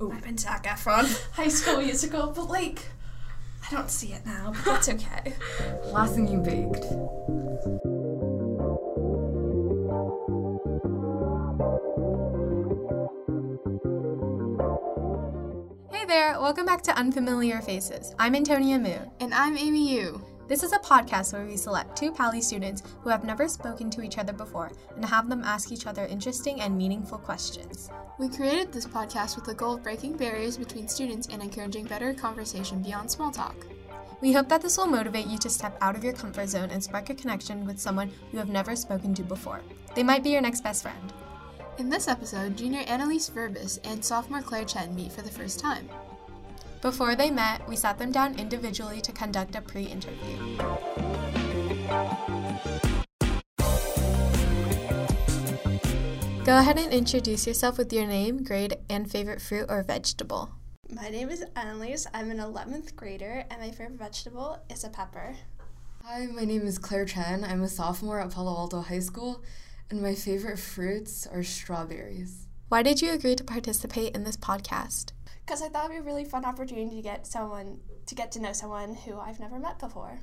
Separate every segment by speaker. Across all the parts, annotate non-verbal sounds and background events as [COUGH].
Speaker 1: I've been Zac [LAUGHS] Efron.
Speaker 2: High School Musical, but like,
Speaker 1: I don't see it now,
Speaker 3: [LAUGHS]
Speaker 1: but that's okay.
Speaker 3: Last thing you baked.
Speaker 4: Hey there, welcome back to Unfamiliar Faces. I'm Antonia Moon.
Speaker 3: And I'm Amy Yu.
Speaker 4: This is a podcast where we select two Pali students who have never spoken to each other before and have them ask each other interesting and meaningful questions.
Speaker 3: We created this podcast with the goal of breaking barriers between students and encouraging better conversation beyond small talk.
Speaker 4: We hope that this will motivate you to step out of your comfort zone and spark a connection with someone you have never spoken to before. They might be your next best friend.
Speaker 3: In this episode, junior Annalise Verbis and sophomore Claire Chen meet for the first time.
Speaker 4: Before they met, we sat them down individually to conduct a pre interview. Go ahead and introduce yourself with your name, grade, and favorite fruit or vegetable.
Speaker 1: My name is Annalise. I'm an 11th grader, and my favorite vegetable is a pepper.
Speaker 5: Hi, my name is Claire Chen. I'm a sophomore at Palo Alto High School, and my favorite fruits are strawberries.
Speaker 4: Why did you agree to participate in this podcast?
Speaker 1: Because I thought it would be a really fun opportunity to get someone to get to know someone who I've never met before.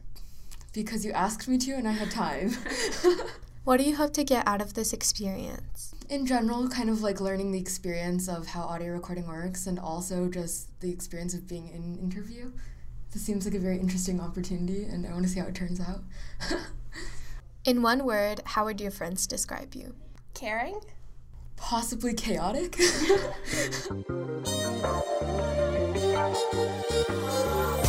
Speaker 5: Because you asked me to, and I had time.
Speaker 4: What do you hope to get out of this experience?
Speaker 5: In general, kind of like learning the experience of how audio recording works, and also just the experience of being in an interview. This seems like a very interesting opportunity, and I want to see how it turns out. [LAUGHS]
Speaker 4: In one word, how would your friends describe you?
Speaker 1: Caring?
Speaker 5: Possibly chaotic. [LAUGHS]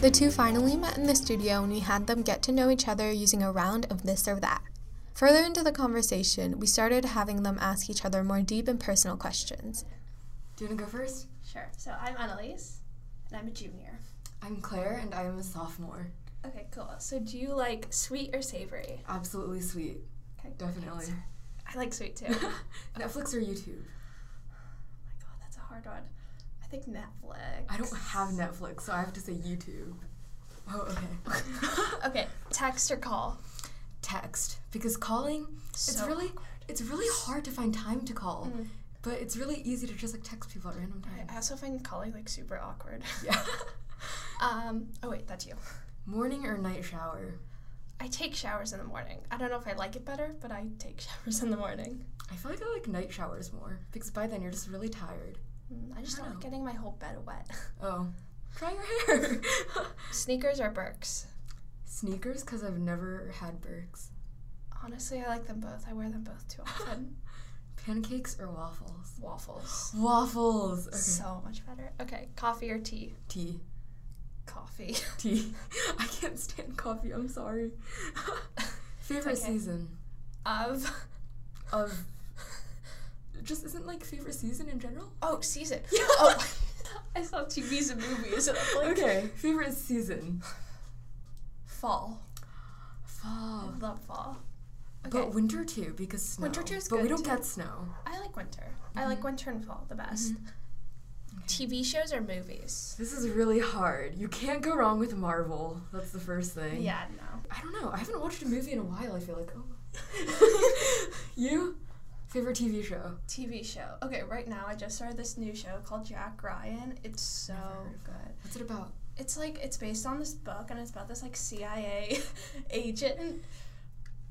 Speaker 4: The two finally met in the studio and we had them get to know each other using a round of this or that. Further into the conversation, we started having them ask each other more deep and personal questions.
Speaker 5: Do you want to go first?
Speaker 1: Sure. So I'm Annalise, and I'm a junior.
Speaker 5: I'm Claire, and I am a sophomore.
Speaker 1: Okay, cool. So do you like sweet or savory?
Speaker 5: Absolutely sweet.
Speaker 1: Okay, good
Speaker 5: Definitely.
Speaker 1: answer. I like sweet too. [LAUGHS] oh my
Speaker 5: Netflix or YouTube?
Speaker 1: god, that's a hard one. I think Netflix.
Speaker 5: I don't have Netflix, so I have to say YouTube. Oh,
Speaker 1: [LAUGHS]
Speaker 5: okay.
Speaker 1: Okay, text or call?
Speaker 5: Text. Because calling, it's
Speaker 1: So
Speaker 5: really it's really hard to find time to call. But it's really easy to just like text people at random times.
Speaker 1: I also find calling like super [LAUGHS] awkward.
Speaker 5: Yeah. [LAUGHS]
Speaker 1: Um. Oh wait, that's you.
Speaker 5: Morning or night shower?
Speaker 1: I take showers in the morning. I don't know if I like it better, but I take [LAUGHS] showers in the morning.
Speaker 5: I feel like I like night showers more because by then you're just really tired.
Speaker 1: Mm, I just don't like getting my whole bed wet. [LAUGHS]
Speaker 5: Oh, try your hair. [LAUGHS]
Speaker 1: Sneakers or Birks?
Speaker 5: Sneakers because I've never had Birks.
Speaker 1: Honestly, I like them both. I wear them both too [LAUGHS] often.
Speaker 5: Pancakes or waffles?
Speaker 1: Waffles.
Speaker 5: Waffles. Okay.
Speaker 1: So much better. Okay, coffee or tea?
Speaker 5: tea.
Speaker 1: Coffee. [LAUGHS]
Speaker 5: Tea. [LAUGHS] I can't stand coffee. I'm sorry. [LAUGHS] favorite
Speaker 1: okay.
Speaker 5: season
Speaker 1: of
Speaker 5: of just isn't like favorite season in general.
Speaker 1: oh [LAUGHS] season. Oh, I saw TVs and movies. And I'm like, [LAUGHS]
Speaker 5: [LAUGHS] Okay. Favorite season.
Speaker 1: Fall. I
Speaker 5: Fall.
Speaker 1: love fall. Okay.
Speaker 5: But winter too because snow.
Speaker 1: Winter too is
Speaker 5: But we
Speaker 1: good
Speaker 5: don't
Speaker 1: too.
Speaker 5: get snow.
Speaker 1: I like winter. I like winter and fall the best. TV Mm-hmm. shows or movies?
Speaker 5: This is really hard. You can't go wrong with Marvel. That's the first thing.
Speaker 1: Yeah, [LAUGHS] no.
Speaker 5: I don't know. I haven't watched a movie in a while. I feel like oh. you favorite TV show?
Speaker 1: TV show. Okay, right now I just started this new show called Jack Ryan. It's so
Speaker 5: heard of
Speaker 1: good.
Speaker 5: What's it about?
Speaker 1: It's like it's based on this book and it's about this like CIA [LAUGHS] agent.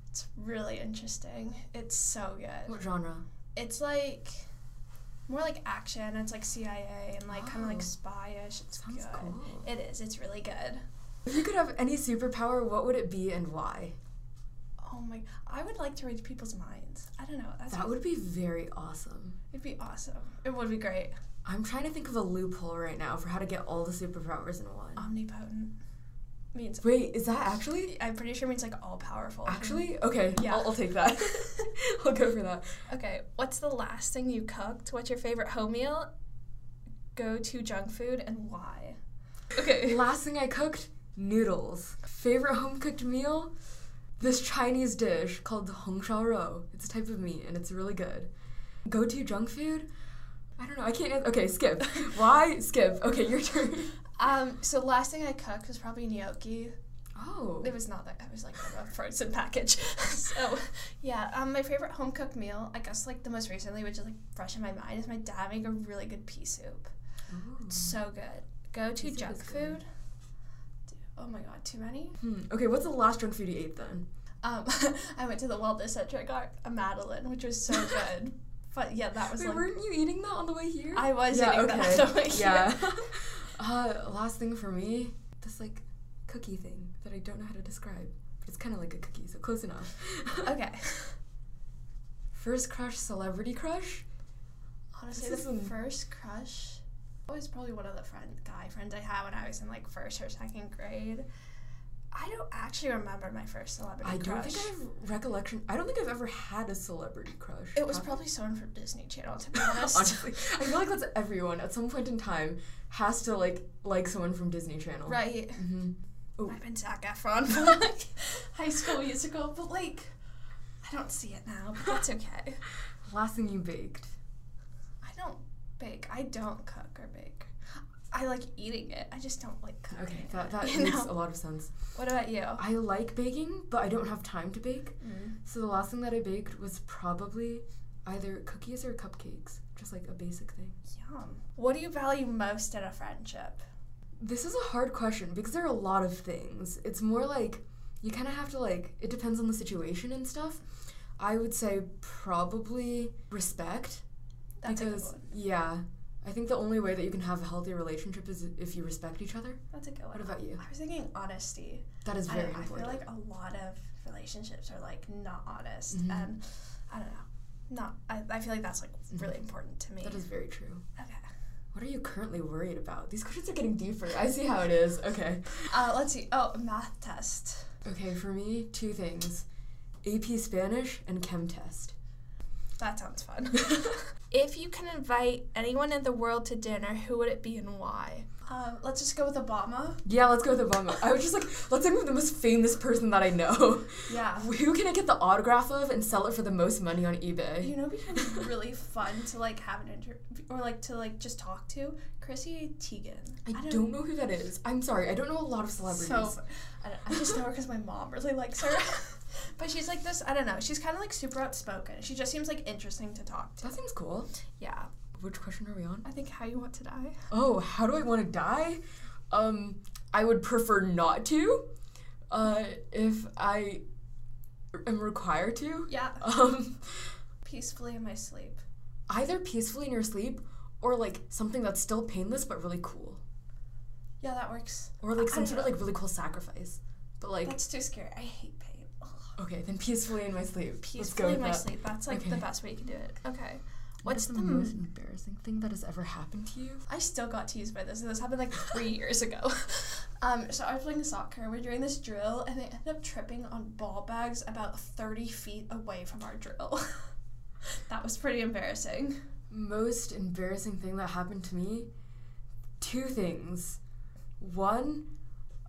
Speaker 1: It's really interesting. It's so good.
Speaker 5: What genre?
Speaker 1: It's like more like action. It's like CIA and like kind of
Speaker 5: Oh.
Speaker 1: like spy-ish. It's
Speaker 5: Sounds
Speaker 1: good.
Speaker 5: cool.
Speaker 1: It is. It's really good.
Speaker 5: If you could have any superpower, what would it be and why?
Speaker 1: Oh my! I would like to read people's minds. I don't know. That's
Speaker 5: That would be very awesome.
Speaker 1: It'd be awesome. It would be great.
Speaker 5: I'm trying to think of a loophole right now for how to get all the superpowers in one.
Speaker 1: Omnipotent means.
Speaker 5: Wait, is that actually?
Speaker 1: I'm pretty sure it means like all powerful.
Speaker 5: Actually? Okay,
Speaker 1: Yeah.
Speaker 5: I'll, I'll take that. [LAUGHS] I'll go for that.
Speaker 1: Okay. What's the last thing you cooked? What's your favorite home meal? Go to junk food and why?
Speaker 5: [LAUGHS]
Speaker 1: Okay.
Speaker 5: Last thing I cooked noodles. Favorite home cooked meal? This Chinese dish called Hong Shao Rou. It's a type of meat and it's really good. Go to junk food? I don't know. I can't. an- Okay, skip. Why? Skip. Okay, your turn.
Speaker 1: Um. So last thing I cooked was probably gnocchi.
Speaker 5: Oh.
Speaker 1: It was not that. It was like a frozen package. [LAUGHS] so, yeah. Um, my favorite home cooked meal, I guess, like the most recently, which is like fresh in my mind, is my dad made a really good pea soup.
Speaker 5: Ooh.
Speaker 1: So good. Go to
Speaker 5: Mm-hmm. soup
Speaker 1: junk
Speaker 5: is
Speaker 1: food.
Speaker 5: good.
Speaker 1: Dude, Oh my god, too many.
Speaker 5: Hmm. Okay, what's the last junk food you ate then?
Speaker 1: Um, [LAUGHS] I went to the Wellness Center. I got a Madeline, which was
Speaker 5: [LAUGHS]
Speaker 1: so good. but yeah, that was
Speaker 5: Wait,
Speaker 1: like
Speaker 5: weren't you eating that on the way here?
Speaker 1: I was
Speaker 5: yeah,
Speaker 1: eating
Speaker 5: okay.
Speaker 1: that. [LAUGHS] on the
Speaker 5: [LAUGHS]
Speaker 1: way
Speaker 5: yeah.
Speaker 1: here.
Speaker 5: uh, last thing for me, this like cookie thing that I don't know how to describe. It's kind of like a cookie, so close enough. [LAUGHS]
Speaker 1: Okay.
Speaker 5: First crush, celebrity crush.
Speaker 1: Honestly,
Speaker 5: This
Speaker 1: the
Speaker 5: isn't-
Speaker 1: first crush was probably one of the friend guy friends I had when I was in like first or second grade. I don't actually remember my first celebrity
Speaker 5: I don't
Speaker 1: crush.
Speaker 5: think I have recollection. I don't think I've ever had a celebrity crush.
Speaker 1: it was
Speaker 5: Have I?
Speaker 1: probably someone from Disney Channel,
Speaker 5: [LAUGHS]
Speaker 1: to be honest.
Speaker 5: Honestly, I feel like that's everyone at some point in time has to like like someone from Disney Channel.
Speaker 1: right.
Speaker 5: hmm Ooh.
Speaker 1: I've been Zac Efron [LAUGHS] from like High School Musical, but like I don't see it now, but
Speaker 5: [LAUGHS]
Speaker 1: that's okay.
Speaker 5: Last thing you baked.
Speaker 1: I don't bake. I don't cook or bake. I like eating it. I just don't like cooking.
Speaker 5: Okay,
Speaker 1: it,
Speaker 5: that, that
Speaker 1: [LAUGHS] you
Speaker 5: makes
Speaker 1: know?
Speaker 5: a lot of sense.
Speaker 1: What about you?
Speaker 5: I like baking, but I don't have time to bake.
Speaker 1: Mm.
Speaker 5: So the last thing that I baked was probably either cookies or cupcakes, just like a basic thing.
Speaker 1: Yum. What do you value most in a friendship?
Speaker 5: This is a hard question because there are a lot of things. It's more like you kind of have to like it depends on the situation and stuff. I would say probably respect
Speaker 1: That's a good
Speaker 5: because
Speaker 1: one.
Speaker 5: yeah, I think the only way that you can have a healthy relationship is if you respect each other.
Speaker 1: That's a good
Speaker 5: What
Speaker 1: one.
Speaker 5: about you?
Speaker 1: I was thinking honesty.
Speaker 5: That is
Speaker 1: I,
Speaker 5: very
Speaker 1: I feel
Speaker 5: important.
Speaker 1: like a lot of relationships are like not honest,
Speaker 5: Mhm.
Speaker 1: and I don't know. Not. I, I feel like that's like really important to me.
Speaker 5: Mm-hmm. that is very true.
Speaker 1: okay.
Speaker 5: What are you currently worried about? These questions are getting deeper. I see how it is. Okay.
Speaker 1: Uh, let's see. Oh, math test.
Speaker 5: Okay, for me, two things AP Spanish and Chem Test.
Speaker 1: That sounds
Speaker 5: [LAUGHS]
Speaker 1: fun. if you can invite anyone in the world to dinner, who would it be and why? Um, let's just go with Obama.
Speaker 5: Yeah, let's go with Obama. I was just like, let's think of the most famous person that I know. [LAUGHS]
Speaker 1: Yeah.
Speaker 5: Who can I get the autograph of and sell it for the most money on eBay?
Speaker 1: You know, it'd be really fun to like have an inter or like to like just talk to Chrissy Teigen.
Speaker 5: I don't, know who that is. I'm sorry, I don't know a lot of celebrities.
Speaker 1: So, I, don't- I just know her because my mom really likes
Speaker 5: [LAUGHS]
Speaker 1: her. but she's like this. I don't know. She's kind of like super outspoken. She just seems like interesting to talk to.
Speaker 5: that seems cool.
Speaker 1: Yeah.
Speaker 5: Which question are we on?
Speaker 1: I think how you want to die.
Speaker 5: Oh, how do I want to die? Um, I would prefer not to. Uh, if I am required to. [LAUGHS]
Speaker 1: Yeah.
Speaker 5: Um,
Speaker 1: [LAUGHS] Peacefully in my sleep.
Speaker 5: either peacefully in your sleep or like something that's still painless but really cool
Speaker 1: Yeah, that works.
Speaker 5: or like
Speaker 1: I
Speaker 5: some
Speaker 1: don't
Speaker 5: sort of
Speaker 1: know.
Speaker 5: like really cool sacrifice but like
Speaker 1: That's too scary. I hate pain. Ugh.
Speaker 5: okay then peacefully in my sleep Let's
Speaker 1: peacefully
Speaker 5: go with
Speaker 1: in my
Speaker 5: that.
Speaker 1: sleep. Hmm. That's like the
Speaker 5: Okay.
Speaker 1: best way you can do it. Okay.
Speaker 5: What is
Speaker 1: What's the most?
Speaker 5: embarrassing thing that has ever happened to you
Speaker 1: I still got teased by this, and this happened like three years ago. Um, so I was playing soccer. We're doing this drill, and they ended up tripping on ball bags about thirty feet away from our drill. [LAUGHS] that was pretty embarrassing.
Speaker 5: most embarrassing thing that happened to me two things one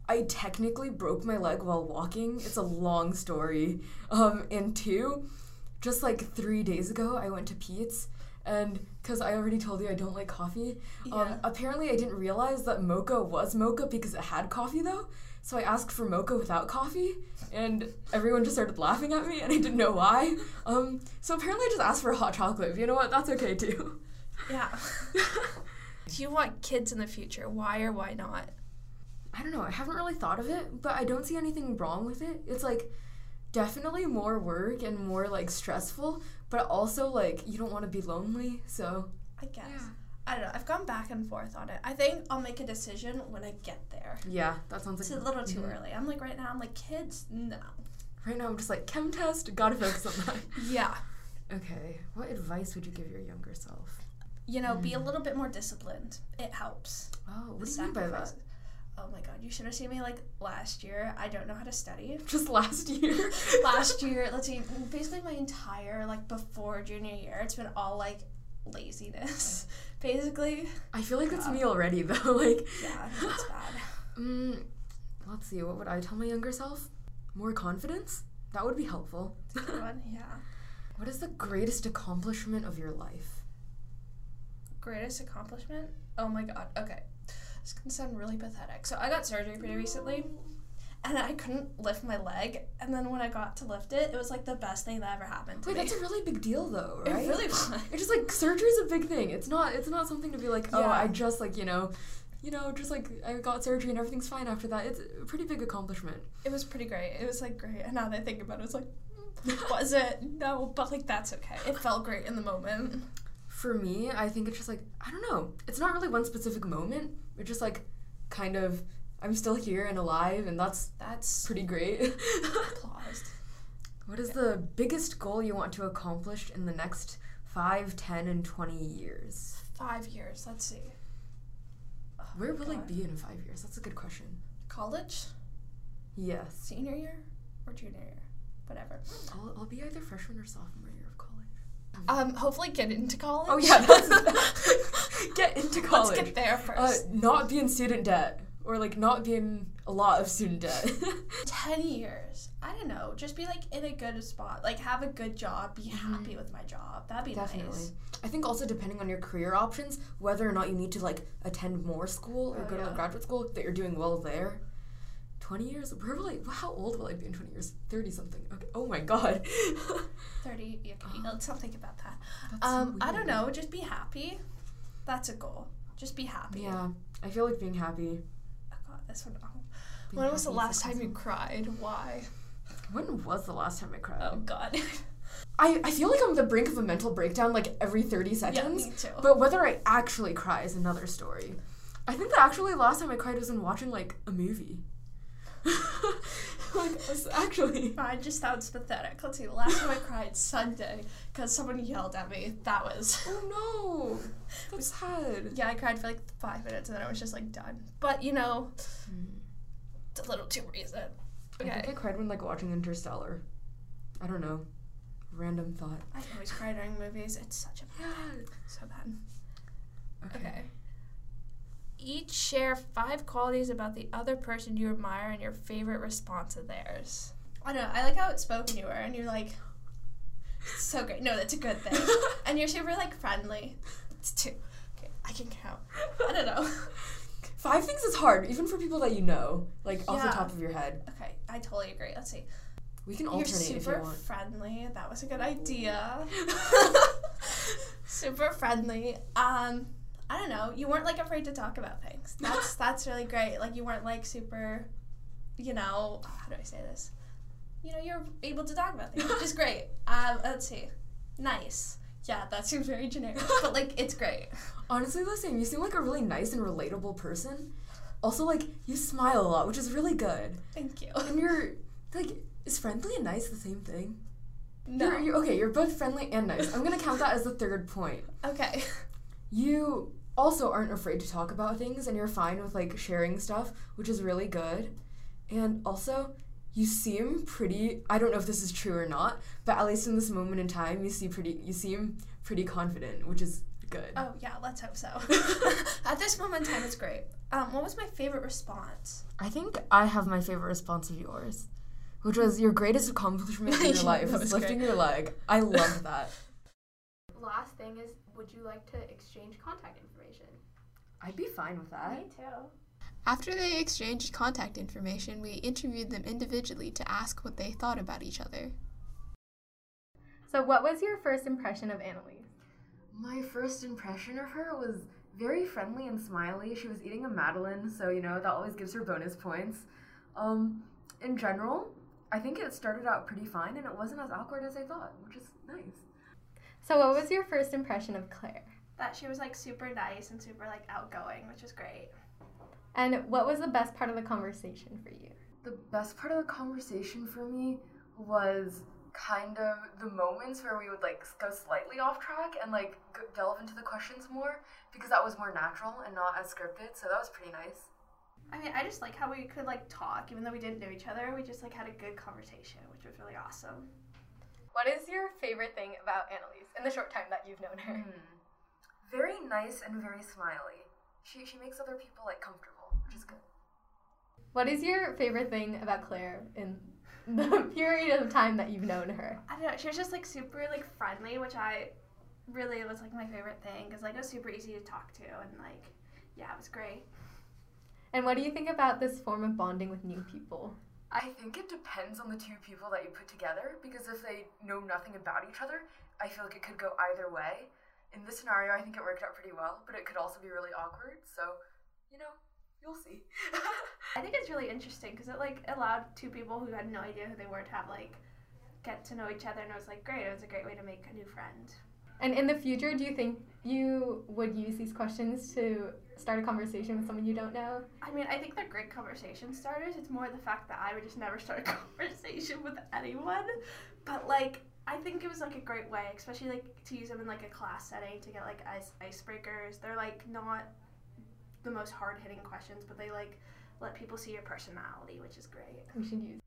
Speaker 5: i technically broke my leg while walking it's a long story um and two just like three days ago i went to pete's and because i already told you i don't like coffee
Speaker 1: Yeah.
Speaker 5: um apparently i didn't realize that mocha was mocha because it had coffee though so i asked for mocha without coffee and everyone just started laughing at me and i didn't know why um so apparently i just asked for hot chocolate but you know what that's okay [LAUGHS] too
Speaker 1: Yeah. do you want kids in the future? Why or why not?
Speaker 5: I don't know. I haven't really thought of it, but I don't see anything wrong with it. It's like definitely more work and more like stressful, but also like you don't want to be lonely. So
Speaker 1: I guess. I don't know. I've gone back and forth on it. I think I'll make a decision when I get there.
Speaker 5: yeah, that sounds like
Speaker 1: It's a little too
Speaker 5: Mhm.
Speaker 1: early. I'm like right now. I'm like kids. No.
Speaker 5: Right now, I'm just like chem test. Gotta focus on that. [LAUGHS]
Speaker 1: Yeah.
Speaker 5: okay, what advice would you give your younger self?
Speaker 1: you know, be a little bit more disciplined. It helps.
Speaker 5: Oh, what do you mean by that?
Speaker 1: Sacrifices. Oh my god, you should have seen me like last year. I don't know how to study.
Speaker 5: [LAUGHS]
Speaker 1: [LAUGHS]
Speaker 5: Just last year.
Speaker 1: Last year, let's see, basically my entire like before junior year, it's been all like laziness. [LAUGHS] basically,
Speaker 5: I feel like that's me already [LAUGHS] though. Like,
Speaker 1: yeah, I think it's
Speaker 5: [LAUGHS]
Speaker 1: bad.
Speaker 5: mm, let's see. What would I tell my younger self? More confidence. That would be helpful. [LAUGHS]
Speaker 1: Good one, yeah.
Speaker 5: What is the greatest accomplishment of your life?
Speaker 1: Greatest accomplishment? Oh my god. Okay, this can sound really pathetic. So I got surgery pretty recently, and I couldn't lift my leg. And then when I got to lift it, it was like the best thing that ever happened to
Speaker 5: Wait,
Speaker 1: me.
Speaker 5: that's a really big deal though,
Speaker 1: [LAUGHS] it
Speaker 5: right?
Speaker 1: really was.
Speaker 5: It's just like surgery's a big thing. It's not it's not something to be like, oh,
Speaker 1: Yeah.
Speaker 5: I just like, you know, you know, just like I got surgery and everything's fine after that. It's a pretty big accomplishment.
Speaker 1: It was pretty great. It was like great. And now that I think about it, it's like, mm, was it? No, but like that's okay. It felt great in the moment.
Speaker 5: For me, I think it's just like I don't know. It's not really one specific moment. It's just like kind of I'm still here and alive and that's
Speaker 1: That's
Speaker 5: pretty great. [LAUGHS]
Speaker 1: applause.
Speaker 5: what is the biggest goal you want to accomplish in the next five, ten, and 20 years?
Speaker 1: Five years. Let's see. Oh
Speaker 5: Where
Speaker 1: my
Speaker 5: will I
Speaker 1: God.
Speaker 5: be in five years? That's a good question.
Speaker 1: College,
Speaker 5: Yes.
Speaker 1: senior year, or junior year, whatever.
Speaker 5: I'll, I'll be either freshman or sophomore year of college.
Speaker 1: Um, hopefully get into college.
Speaker 5: Oh, yeah, [LAUGHS] that's- Get into college.
Speaker 1: Let's get there
Speaker 5: Uh,
Speaker 1: first.
Speaker 5: not be in student debt, or like not be in a lot of student debt. [LAUGHS]
Speaker 1: Ten years. I don't know. Just be like in a good spot. Like have a good job. Be
Speaker 5: Mm-hmm.
Speaker 1: happy with my job. That'd be nice.
Speaker 5: I think also depending on your career options, whether or not you need to like attend more school or
Speaker 1: Oh,
Speaker 5: go to
Speaker 1: yeah.
Speaker 5: like graduate school, that you're doing well there. Twenty years? Where will I? How old will I be in twenty years? Thirty something. Okay. Oh my god. [LAUGHS]
Speaker 1: Thirty. Okay, let's not think about that.
Speaker 5: That's so
Speaker 1: Um, I
Speaker 5: weird.
Speaker 1: don't know. Just be happy. That's a goal. Just be happy.
Speaker 5: Yeah, I feel like being happy.
Speaker 1: Oh, God, this one. oh.
Speaker 5: Being
Speaker 1: When was
Speaker 5: happy
Speaker 1: the
Speaker 5: is
Speaker 1: last time
Speaker 5: awesome.
Speaker 1: you cried? Why?
Speaker 5: When was the last time I cried?
Speaker 1: Oh God. [LAUGHS]
Speaker 5: I, I feel like I'm on the brink of a mental breakdown like every 30
Speaker 1: yeah,
Speaker 5: seconds.
Speaker 1: me too.
Speaker 5: But whether I actually cry is another story. I think the actually last time I cried was when watching like a movie. [LAUGHS] like it's actually
Speaker 1: Mine just sounds pathetic. Let's see. The last
Speaker 5: [LAUGHS]
Speaker 1: time I cried Sunday because someone yelled at me. That was. [LAUGHS]
Speaker 5: Oh no. That's sad.
Speaker 1: Yeah, I cried for like five minutes and then I was just like done. But you know, it's a little too recent.
Speaker 5: I think I
Speaker 1: Okay.
Speaker 5: cried when like watching Interstellar. I don't know. Random thought.
Speaker 1: I always cry during movies. It's such a
Speaker 5: Yeah.
Speaker 1: so bad.
Speaker 5: Okay.
Speaker 1: [GASPS] Okay. Each share five qualities about the other person you admire and your favorite response of theirs. I don't know. I like how outspoken you were, and you're like, so great. No, that's a good [LAUGHS] thing. and you're super like friendly. It's two. Okay, I can count. I don't [LAUGHS] know.
Speaker 5: Five things is hard, even for people that you know, like off the
Speaker 1: Yeah.
Speaker 5: top of your head.
Speaker 1: Okay, I totally agree. Let's see.
Speaker 5: We can alternate
Speaker 1: you're
Speaker 5: if you
Speaker 1: super
Speaker 5: want.
Speaker 1: friendly. That was a good
Speaker 5: [LAUGHS]
Speaker 1: idea. super friendly. Um, I don't know. You weren't like afraid to talk about things.
Speaker 5: [LAUGHS]
Speaker 1: That's that's really great. Like you weren't like super, you know, how do I say this? You know, you're able to talk about things,
Speaker 5: [LAUGHS]
Speaker 1: which is great. Um, let's see. Nice. Yeah, that seems very generic, but like it's great.
Speaker 5: Honestly, the same. You seem like a really nice and relatable person. Also, like you smile a lot, which is really good.
Speaker 1: Thank
Speaker 5: [LAUGHS]
Speaker 1: you.
Speaker 5: And you're like, is friendly and nice the same thing? You're,
Speaker 1: No.
Speaker 5: you okay, you're both friendly and nice. I'm gonna count that as the third point.
Speaker 1: Okay.
Speaker 5: You also aren't afraid to talk about things, and you're fine with like sharing stuff, which is really good. And also, you seem pretty. I don't know if this is true or not, but at least in this moment in time, you see pretty. You seem pretty confident, which is good.
Speaker 1: Oh yeah, let's hope
Speaker 5: [LAUGHS]
Speaker 1: so. [LAUGHS] At this moment in time, it's great. Um, what was my favorite response?
Speaker 5: I think I have my favorite response of yours, which was your greatest accomplishment in your [LAUGHS]
Speaker 1: Yeah,
Speaker 5: life
Speaker 1: that
Speaker 5: was
Speaker 1: was
Speaker 5: lifting
Speaker 1: great.
Speaker 5: your leg. I love that.
Speaker 2: Last thing is, would you like to exchange contact information?
Speaker 5: [LAUGHS] I'd be fine with that.
Speaker 2: too.
Speaker 3: After they exchanged contact information, we interviewed them individually to ask what they thought about each other.
Speaker 2: So, what was your first impression of Annalise?
Speaker 5: My first impression of her was very friendly and smiley. She was eating a Madeline, so you know, that always gives her bonus points. Um, in general, I think it started out pretty fine and it wasn't as awkward as I thought, which is nice.
Speaker 2: So, what was your first impression of Claire?
Speaker 1: that she was like super nice and super like outgoing, which was great.
Speaker 2: And what was the best part of the conversation for you?
Speaker 5: The best part of the conversation for me was kind of the moments where we would like go slightly off track and like g- delve into the questions more because that was more natural and not as scripted. So that was pretty nice.
Speaker 1: I mean, I just like how we could like talk, even though we didn't know each other. We just like had a good conversation, which was really awesome.
Speaker 2: What is your favorite thing about Annalise in the short time that you've known her?
Speaker 4: Hmm.
Speaker 5: Very nice and very smiley. She she makes other people like comfortable, which is good.
Speaker 2: What is your favorite thing about Claire in
Speaker 4: [LAUGHS]
Speaker 2: the period of time that you've known her?
Speaker 1: I don't know. She was just like super like friendly, which I really was like my favorite thing because like it was super easy to talk to and like yeah, it was great.
Speaker 2: And what do you think about this form of bonding with new people?
Speaker 5: I think it depends on the two people that you put together because if they know nothing about each other, I feel like it could go either way. In this scenario, I think it worked out pretty well, but it could also be really awkward. So, you know, you'll see. [LAUGHS]
Speaker 1: I think it's really interesting because it like allowed two people who had no idea who they were to have like get to know each other, and I was like, great, it was a great way to make a new friend.
Speaker 4: And in the future, do you think you would use these questions to start a conversation with someone you don't know?
Speaker 1: I mean, I think they're great conversation starters. It's more the fact that I would just never start a [LAUGHS] conversation with anyone. But like, I think it was like a great way, especially like to use them in like a class setting to get like ice icebreakers. They're like not the most hard hitting questions, but they like let people see your personality, which is great.
Speaker 4: We should use.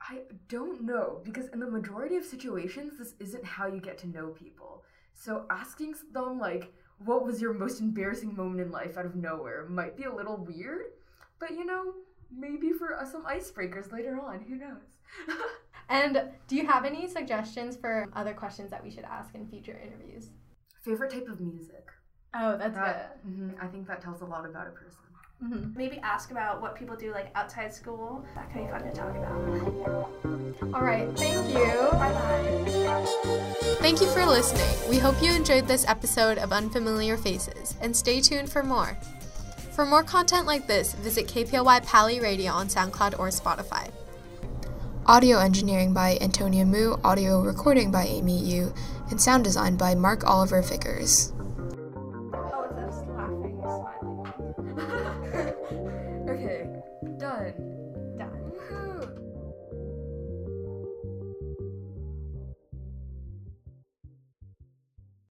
Speaker 5: I don't know because in the majority of situations, this isn't how you get to know people. So asking them like, "What was your most embarrassing moment in life?" out of nowhere might be a little weird, but you know, maybe for uh, some icebreakers later on. Who knows?
Speaker 4: And do you have any suggestions for other questions that we should ask in future interviews?
Speaker 5: Favorite type of music.
Speaker 4: Oh, that's
Speaker 5: That, mhm, I think that tells a lot about a person.
Speaker 4: good. hmm
Speaker 1: Maybe ask about what people do like outside school. That could be fun to talk about.
Speaker 4: All right. Thank you.
Speaker 1: Bye bye.
Speaker 6: Thank you for listening. We hope you enjoyed this episode of Unfamiliar Faces, and stay tuned for more. For more content like this, visit KPLY Pally Radio on SoundCloud or Spotify.
Speaker 7: Audio engineering by Antonia Mu, audio recording by Amy Yu, and sound design by Mark Oliver Vickers.